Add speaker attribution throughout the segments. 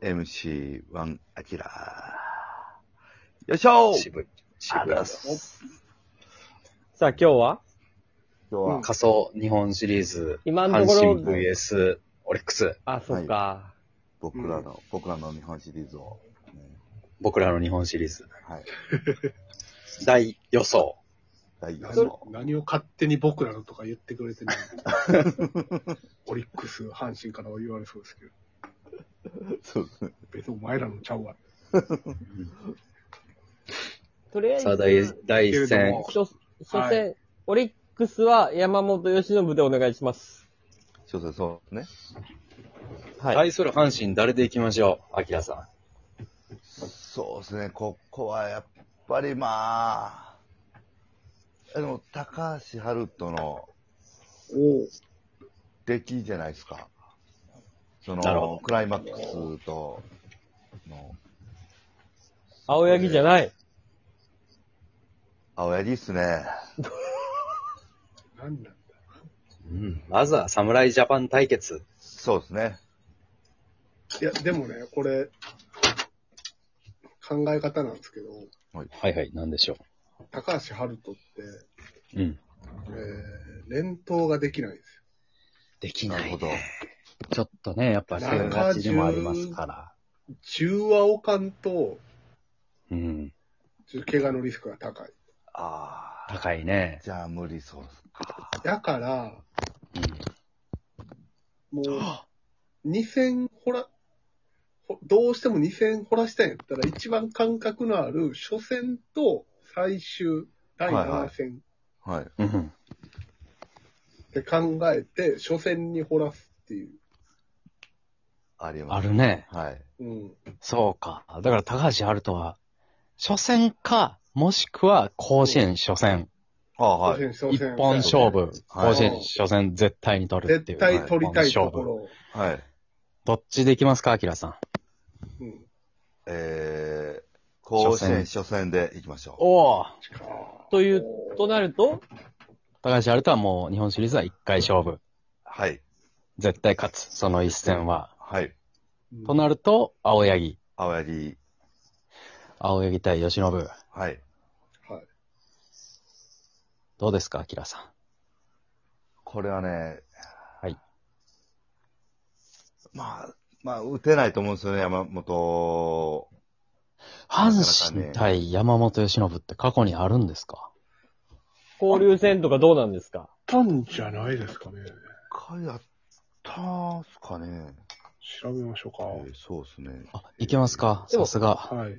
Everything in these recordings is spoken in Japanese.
Speaker 1: 4MC1 アキラよいしょ
Speaker 2: 渋い。渋い
Speaker 1: あ
Speaker 2: よ
Speaker 1: ら。す
Speaker 3: さあ今日は
Speaker 1: 今日は、
Speaker 2: 仮想日本シリーズ、
Speaker 3: 今の
Speaker 2: 阪
Speaker 3: ところ
Speaker 2: 神 VS オリックス、
Speaker 3: あ、そっか。
Speaker 1: 僕らの、僕らの日本シリーズを、ね
Speaker 2: 僕らの日本シリーズ、
Speaker 1: はい。
Speaker 2: 大予想。
Speaker 1: 大丈
Speaker 4: 何
Speaker 1: 夫
Speaker 4: を。何を勝手に僕らのとか言ってくれてない オリックス、阪神からは言われそうですけど、
Speaker 1: そうですね。
Speaker 4: 別にお前らのちゃうわ。
Speaker 3: とりあえず、
Speaker 2: さあ、第第一
Speaker 4: けれど
Speaker 2: 戦
Speaker 4: も、
Speaker 3: 初初戦、
Speaker 4: は
Speaker 3: オリックスは山本由伸でお願いします。
Speaker 1: そうそうそうね。
Speaker 3: はい。
Speaker 2: 対する阪神、誰でいきましょう、アキラさ
Speaker 1: そうですね。ここはやっぱりまあ、あの、高橋春人の
Speaker 4: お
Speaker 1: 出来じゃないですか。そ
Speaker 2: なるほど
Speaker 1: の、クライマックスと、の、
Speaker 3: 青柳じゃない。
Speaker 1: 青柳っすね。
Speaker 4: なんなんだ。
Speaker 2: ん。うん。まずは、侍ジャパン対決。
Speaker 1: そうですね。
Speaker 4: いや、でもね、これ、考え方なんですけど、
Speaker 2: はいはい、なんでしょ
Speaker 4: 高橋春人って、
Speaker 2: う。うん。
Speaker 4: えー、連投ができないんです
Speaker 2: でき
Speaker 1: なるほど。
Speaker 2: ちょっとね、やっぱ。
Speaker 4: 生活でもありますからよ。中和おかんと、
Speaker 2: うん。
Speaker 4: ちょっと怪我のリスクが高い。
Speaker 1: ああ。
Speaker 2: 高いね。
Speaker 1: じゃあ無理そうですか。
Speaker 4: だから、
Speaker 2: うん。
Speaker 4: もう、2戦ほら、ほどうしても2戦掘らしたいんやったら、一番感覚のある初戦と最終、第7戦
Speaker 1: はい。
Speaker 2: うん。
Speaker 4: って考えて、初戦に掘らすっていう。
Speaker 1: あり
Speaker 5: あ
Speaker 1: ます。
Speaker 5: るね。
Speaker 1: はい。
Speaker 4: うん。
Speaker 5: そうか。だから高橋春人は、初戦か、もしくは甲子園初戦。
Speaker 1: ああ、はい。
Speaker 4: 初戦
Speaker 5: 一本
Speaker 4: 初戦
Speaker 5: 勝負。
Speaker 1: はい
Speaker 5: 甲子園初戦絶対に取るってい
Speaker 4: 絶
Speaker 5: う。
Speaker 4: 対取りたいとこ
Speaker 5: はい。
Speaker 4: ろ。
Speaker 1: はい。
Speaker 5: どっちでいきますか、アキラさん。
Speaker 4: うん。
Speaker 1: えー、甲子園初戦で行きましょう。
Speaker 5: おお
Speaker 3: という、となると、
Speaker 5: 高橋春人はもう日本シリーズは一回勝負。
Speaker 1: はい。
Speaker 5: 絶対勝つ。その一戦は。
Speaker 1: はい。
Speaker 4: うん
Speaker 5: となると、青柳。
Speaker 1: 青柳。
Speaker 5: 青柳対吉信。
Speaker 1: はい。
Speaker 4: はい。
Speaker 5: どうですか、アキラさん。
Speaker 1: これはね、
Speaker 5: はい。
Speaker 1: まあ、まあ、打てないと思うんですよね、山本。
Speaker 5: 阪神対山本由伸って過去にあるんですか
Speaker 3: 交流戦とかどうなんですか
Speaker 4: たんじゃないですかね。
Speaker 1: 一回やったんすかね。
Speaker 4: 調べましょ
Speaker 1: え
Speaker 4: う
Speaker 1: ーそうですね。
Speaker 5: あ、いけますか
Speaker 3: でも
Speaker 5: さすが。
Speaker 4: か。はい。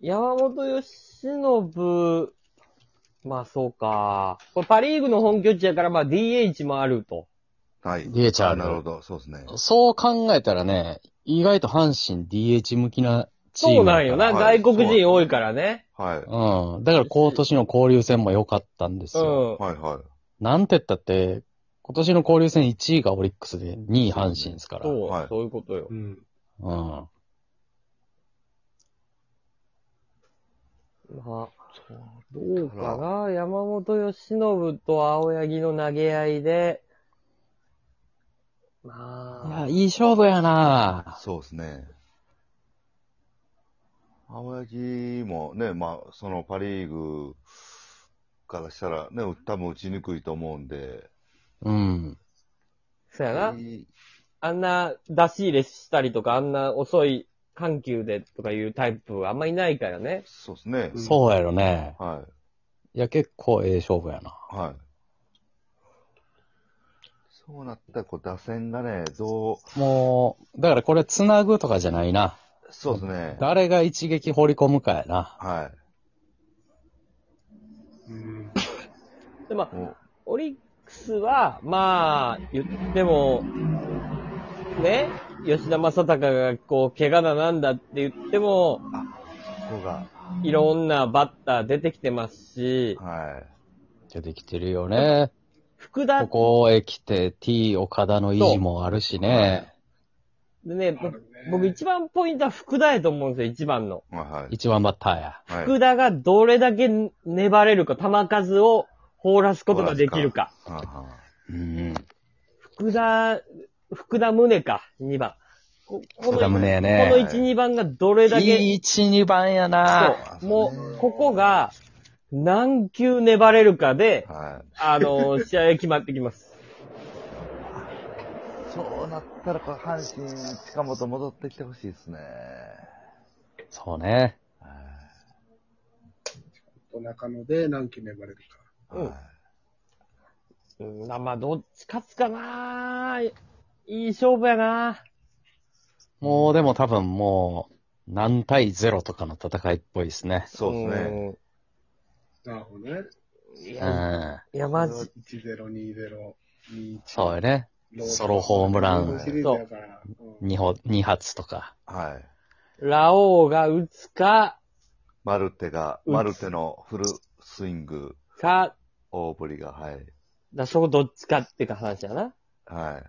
Speaker 3: 山本由伸、まあそうか。これパリーグの本拠地やから、まあ DH もあると。
Speaker 1: はい。
Speaker 5: DH ある
Speaker 1: なるほど、そうですね。
Speaker 5: そう考えたらね、意外と阪神 DH 向きなチーム。
Speaker 3: そうなんよな。
Speaker 1: はい
Speaker 3: 外国人多いからね。
Speaker 1: はい。
Speaker 5: うん。だから今年の交流戦も良かったんです
Speaker 3: う
Speaker 5: よ。
Speaker 3: ん。
Speaker 1: はい、はい。
Speaker 5: なんて言ったって、今年の交流戦1位がオリックスで2位阪神ですから。
Speaker 3: そう、
Speaker 1: はい
Speaker 3: そういうことよ
Speaker 4: う。ん。
Speaker 5: うん。
Speaker 3: まあ、どうかな。山本由伸と青柳の投げ合いで、
Speaker 5: い
Speaker 3: ま
Speaker 5: や、
Speaker 3: あ、
Speaker 5: いい勝負やな
Speaker 1: そうですね。青柳もね、まあ、そのパ・リーグからしたらね、多分打ちにくいと思うんで。
Speaker 5: うん。
Speaker 3: そうやな。
Speaker 1: い
Speaker 3: あんな出し入れしたりとか、あんな遅い緩急でとかいうタイプあんまいないからね。
Speaker 1: そうですね。
Speaker 5: そうやろね。
Speaker 1: はい
Speaker 5: や、結構ええ勝負やな。
Speaker 1: い。はい。そうなったら、こう、打線がね、どう、
Speaker 5: もう、だからこれ繋ぐとかじゃないな。
Speaker 1: そうですね。
Speaker 5: 誰が一撃放り込むかやな。
Speaker 1: は
Speaker 4: うん。
Speaker 3: で、ま
Speaker 1: い。
Speaker 3: あ、
Speaker 1: もう
Speaker 3: オリックスは、まあ、言っても、ね、吉田正尚がこう、怪我だなんだって言っても、
Speaker 1: ここが、
Speaker 3: いろんなバッター出てきてますし、
Speaker 1: はい。
Speaker 5: 出てきてるよね。
Speaker 3: 福田
Speaker 5: ここへ来て T 岡田の維持もあるしね。
Speaker 3: でね、
Speaker 4: あ
Speaker 3: ぼ
Speaker 4: るね
Speaker 3: 僕一番ポイントは福田やと思うんですよ、一番の。
Speaker 1: はいはい。
Speaker 5: 一番バッターや。
Speaker 1: はい
Speaker 3: 福田がどれだけ粘れるか、球数を放らすことができるか。
Speaker 1: はんはん
Speaker 5: うん。
Speaker 3: 福田、福田宗か、2番。ここ
Speaker 5: そうだ
Speaker 3: の、
Speaker 5: 胸や
Speaker 3: この
Speaker 5: ね。
Speaker 3: 1、2番がどれだけ、
Speaker 5: いい1、2番やな。
Speaker 3: そう。もう、ここが、何球粘れるかで、
Speaker 1: はい。
Speaker 3: あの、 試合が決まってきます。
Speaker 1: そうなったら、これ阪神、近本戻ってきてほしいですね。
Speaker 5: そうね。
Speaker 4: 中野で何期粘れるか。
Speaker 3: うん
Speaker 1: はい
Speaker 3: うん、まあ、どっち勝つかないい勝負やな
Speaker 5: もうでも多分もう、何対0とかの戦いっぽいですね。
Speaker 1: そうですね。
Speaker 3: ね。
Speaker 4: なるほどね。
Speaker 3: いうや、
Speaker 5: ん。
Speaker 3: いやマジ。
Speaker 4: 1-0、2-0、2-1。
Speaker 5: そうよね。
Speaker 4: ロー
Speaker 5: ソロホームラン
Speaker 4: ロードシリーズやから。うん
Speaker 5: 2本、二発とか。
Speaker 1: はい。
Speaker 3: ラオウが打つか、
Speaker 1: マルテが、
Speaker 3: うん
Speaker 1: マルテのフルスイング、
Speaker 3: か、
Speaker 1: 大振りが、はい。
Speaker 3: だ、そこどっちかっていうか話やな。
Speaker 1: はい。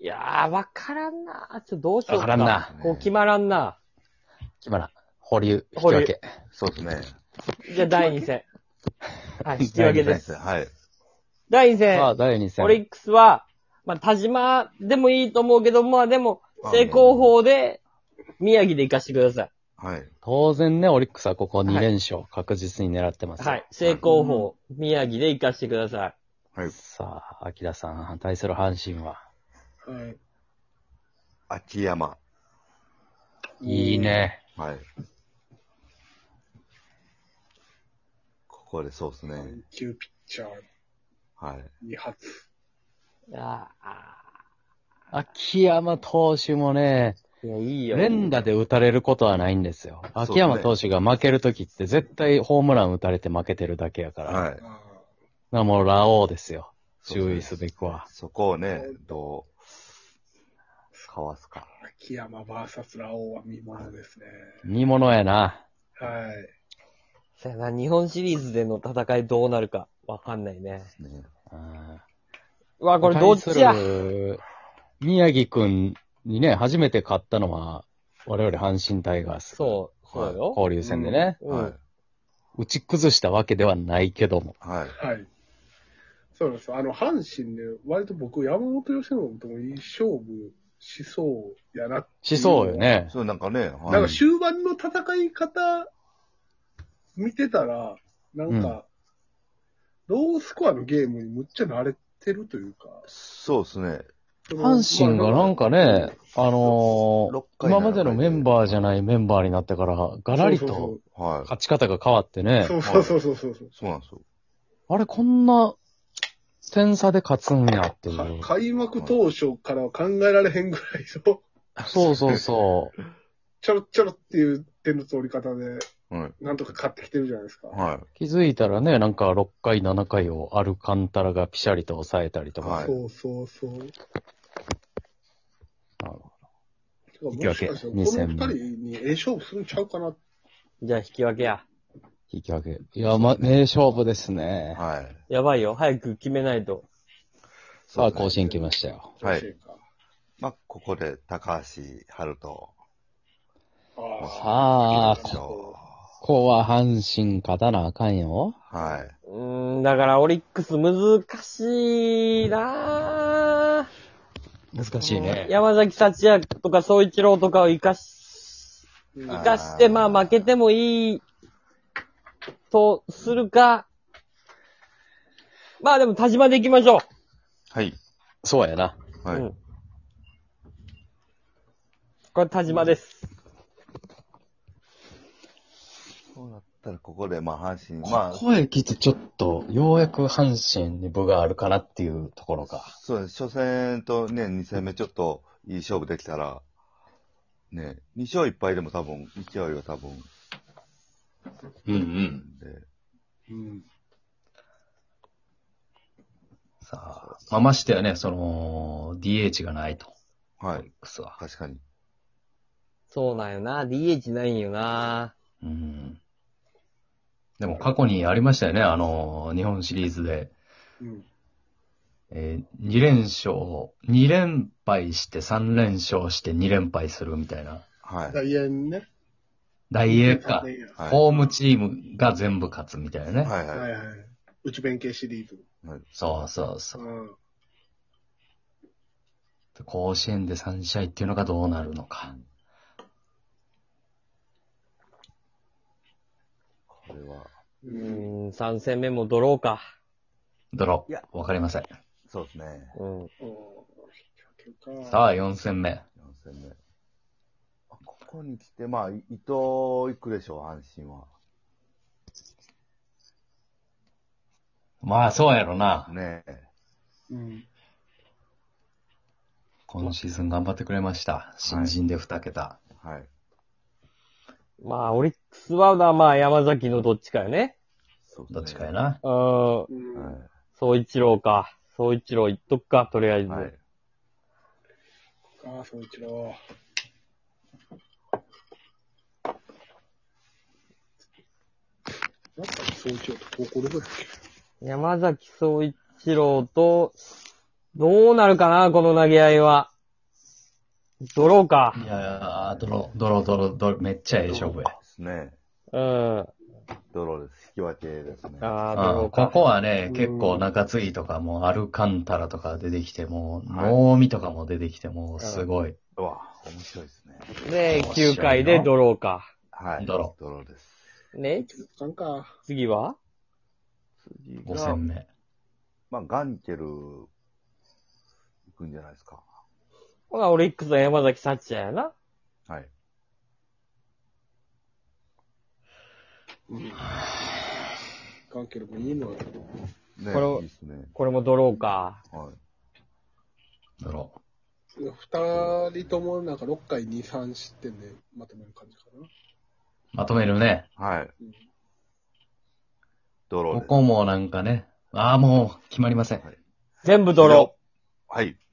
Speaker 3: いやー、わからんなちょっとどうしよう
Speaker 5: わ
Speaker 3: か。
Speaker 5: からん。な。
Speaker 3: こう決まらんな
Speaker 5: 決まらん。保留、引き
Speaker 3: 保留
Speaker 5: 分け。
Speaker 1: そうですね。
Speaker 3: じゃあ、第2戦。はい、引き分け
Speaker 5: で
Speaker 3: です。
Speaker 1: はい。
Speaker 3: 第2戦。
Speaker 5: さあ、第2戦。
Speaker 3: オリックスは、まあ、田島でもいいと思うけど、まあでも、成功法で、宮城で行かしてくださ
Speaker 1: はい。
Speaker 5: 当然ね、オリックスはここ
Speaker 3: は
Speaker 5: 2
Speaker 3: い
Speaker 5: 連勝確実に狙ってます
Speaker 3: い。
Speaker 5: よ。
Speaker 3: はい。成功法、宮城で行かしてください。
Speaker 1: はい。
Speaker 5: さあ、秋田さん、対する阪神は。
Speaker 4: はい。
Speaker 1: 秋山。
Speaker 5: いいね。
Speaker 1: はい。ここでそうですね。
Speaker 4: 9ピッチャー
Speaker 1: はい。
Speaker 4: 2発。
Speaker 3: いや
Speaker 5: 秋山投手もね、
Speaker 3: ーいや、いいよ。
Speaker 5: 連打で打たれることはないんですよ。
Speaker 1: そうね
Speaker 5: 秋山投手が負けるときって絶対ホームラン打たれて負けてるだけやから。だか
Speaker 1: はい。
Speaker 4: あ
Speaker 5: らもうラオウですよ。
Speaker 1: そう
Speaker 5: 注
Speaker 1: で
Speaker 5: 意
Speaker 1: す
Speaker 5: すべきは。
Speaker 1: そこをね、どう、かわすか。
Speaker 4: ー秋山 VS ラオウは見ものですね。
Speaker 5: 見物やな。
Speaker 4: はい。
Speaker 3: そうやな、日本シリーズでの戦いどうなるか、わかんないね。
Speaker 1: ね。
Speaker 5: うん
Speaker 3: うわ、これどっちや
Speaker 5: 対する宮城くんにね、初めて勝ったのは、我々阪神タイガース。
Speaker 3: そう、そうよ。
Speaker 5: 交流戦でね、
Speaker 3: う
Speaker 1: はい
Speaker 3: ん。。
Speaker 5: 打ち崩したわけではないけども。
Speaker 1: はい。
Speaker 4: はい。そうなんですよ。あの、阪神ね、割と僕、山本由伸ともいい勝負しそうやなって
Speaker 5: しそうよね。
Speaker 1: そう、なんかね、はい
Speaker 4: なんか終盤の戦い方見てたら、なんか、ロースコアのゲームにむっちゃ慣れてるというか、
Speaker 1: そうですね。
Speaker 4: その
Speaker 5: 阪神がなんかね、あのー
Speaker 1: ろっかい
Speaker 5: 今までのメンバーじゃないメンバーになってから、ガラリと
Speaker 1: はい。
Speaker 5: 勝ち方が変わってね、
Speaker 4: そうそうそうそうそうそうそう
Speaker 1: そうなんですよ。
Speaker 5: あれ、こんな点差で勝つんやってい
Speaker 4: そう
Speaker 5: う。
Speaker 4: か開幕当初からは考えられへんぐらい の、
Speaker 5: そうそうそう。
Speaker 4: ちょろちょろっていう点の通り方で、
Speaker 1: はい。
Speaker 4: なんとか勝ってきてるじゃないですか。
Speaker 1: は
Speaker 5: 気づいたらね、なんか6回、7回をアルカンタラがピシャリと抑えたりとか。
Speaker 1: はい
Speaker 4: そうそうそう。
Speaker 5: なるほ
Speaker 4: てかも
Speaker 5: 引
Speaker 4: し
Speaker 5: き
Speaker 4: か
Speaker 5: 分
Speaker 4: し
Speaker 5: け
Speaker 4: たらこの二人にええ勝負するんちゃうかな。
Speaker 3: じゃあ引き分けや。
Speaker 5: 引き分け。いや、ま、名勝負です
Speaker 1: い。
Speaker 5: ね。
Speaker 1: はい。
Speaker 3: やばいよ。早く決めないと。
Speaker 5: さあ、甲子園来ましたよ。
Speaker 1: はい
Speaker 4: 甲子園か。
Speaker 1: まあ、ここで、高橋春人。
Speaker 4: ああ。
Speaker 5: さあ、こ
Speaker 1: こ
Speaker 5: こは阪神勝たなあかんよ。
Speaker 1: は
Speaker 3: うーん、だからオリックス難しいなぁ。
Speaker 5: 難しいね。
Speaker 3: 山崎達也とか総一郎とかを生かし、
Speaker 4: うん
Speaker 3: 生かして、まあ負けてもいい、とするか。まあでも田島で行きましょ
Speaker 1: い。はい。
Speaker 5: そうやな。
Speaker 3: う。
Speaker 1: は
Speaker 3: う
Speaker 1: い。
Speaker 3: ん。これ田島です。
Speaker 1: そうなったら、ここで、まあ、阪神、ま
Speaker 5: こ
Speaker 1: あ、
Speaker 5: こへ来てちょっと、ようやく阪神に部があるかなっていうところか。
Speaker 1: そうです。初戦とね、2戦目、ちょっと、いい勝負できたら、ね、2勝1敗でも多分、1割は多分、
Speaker 5: うんうん。
Speaker 1: で、
Speaker 4: うん。
Speaker 5: さあ、まあ、ましてやね、その、DH がないと。
Speaker 1: はい。
Speaker 5: クスは。
Speaker 1: 確かに。
Speaker 3: そうなんよな。DH ないんよな。
Speaker 5: うん。でも過去にありましたよね、あの、日本シリーズで。
Speaker 4: うん。
Speaker 5: えー、2連勝、2連敗して3連勝して2連敗するみたいな。
Speaker 1: はい。
Speaker 4: 大変ね。
Speaker 5: 大英か、
Speaker 4: 大変や
Speaker 1: はい。
Speaker 5: ホームチームが全部勝つみたいなね。
Speaker 1: はい
Speaker 4: は
Speaker 1: はい
Speaker 4: はい。内弁慶シリーズ。
Speaker 1: い。はい
Speaker 5: そうそうそうう。
Speaker 4: ん。
Speaker 5: 甲子園で3試合っていうのがどうなるのか。
Speaker 2: これは、
Speaker 3: うーん、3戦目もドローか。
Speaker 5: ドロ
Speaker 1: いや
Speaker 5: ー。わかりません。
Speaker 1: そうですね。
Speaker 3: うん。
Speaker 4: うん引き分けか
Speaker 5: さあ、4戦目。
Speaker 1: 4戦目。あここに来て、まあ、い伊藤行くでしょう、阪神は。
Speaker 5: まあ、そうやろな。
Speaker 1: ねえ。
Speaker 4: うん。
Speaker 5: 今シーズン頑張ってくれました。新人で2桁。
Speaker 1: はい。
Speaker 3: まあ、オリックスは、まあ、山崎のどっちかよね。
Speaker 1: そう
Speaker 5: どっちかや
Speaker 1: な。
Speaker 5: な。
Speaker 3: うーん、
Speaker 4: うん
Speaker 1: は
Speaker 3: 総一郎か。総一郎いっとくか、とりあえ
Speaker 1: い。
Speaker 3: ず。
Speaker 1: はい。
Speaker 4: ああ、そう一郎。なんか、そう一郎と高校どこやっ
Speaker 3: 山崎総一郎と、どうなるかな、この投げ合いは。ドローか。
Speaker 5: いやー、ドロー、ドロー、ドロー、ドロー、めっちゃええ勝負や。
Speaker 1: ですね。
Speaker 3: うん。あ
Speaker 1: ドローです。引き分けですね。
Speaker 3: あ、ド
Speaker 5: う
Speaker 3: ロ
Speaker 5: ん
Speaker 3: ーか。
Speaker 5: ここはね
Speaker 4: う、ん
Speaker 5: 結構中継ぎとかも、アルカンタラとか出てきても、能見とかも出てきても、すごい。
Speaker 1: うわ、面白いですね。
Speaker 3: で、9回でドローか。
Speaker 1: はい。
Speaker 5: ドロ
Speaker 1: ー。ドローです。
Speaker 3: ね、
Speaker 4: たんか。
Speaker 3: 次は
Speaker 1: 次
Speaker 5: 5
Speaker 1: が、
Speaker 5: 戦目。
Speaker 1: まあ、ガンケル、行くんじゃないですか。
Speaker 3: ほな、オリックスは山崎幸也やな。
Speaker 1: はい。
Speaker 4: うん。関係もいいのよ。
Speaker 1: ね
Speaker 3: これを
Speaker 1: いいですね。
Speaker 3: これもドローか。
Speaker 1: はい。
Speaker 5: ドロー。
Speaker 4: 二人ともなんか6回2、3失点でまとめる感じかな。
Speaker 5: まとめるね。
Speaker 1: はい
Speaker 4: うん。
Speaker 1: ドロー
Speaker 5: こ
Speaker 1: です。
Speaker 5: こもなんかね、ああ、もう決まりません。
Speaker 1: はい
Speaker 3: 全部ドロ
Speaker 1: はい。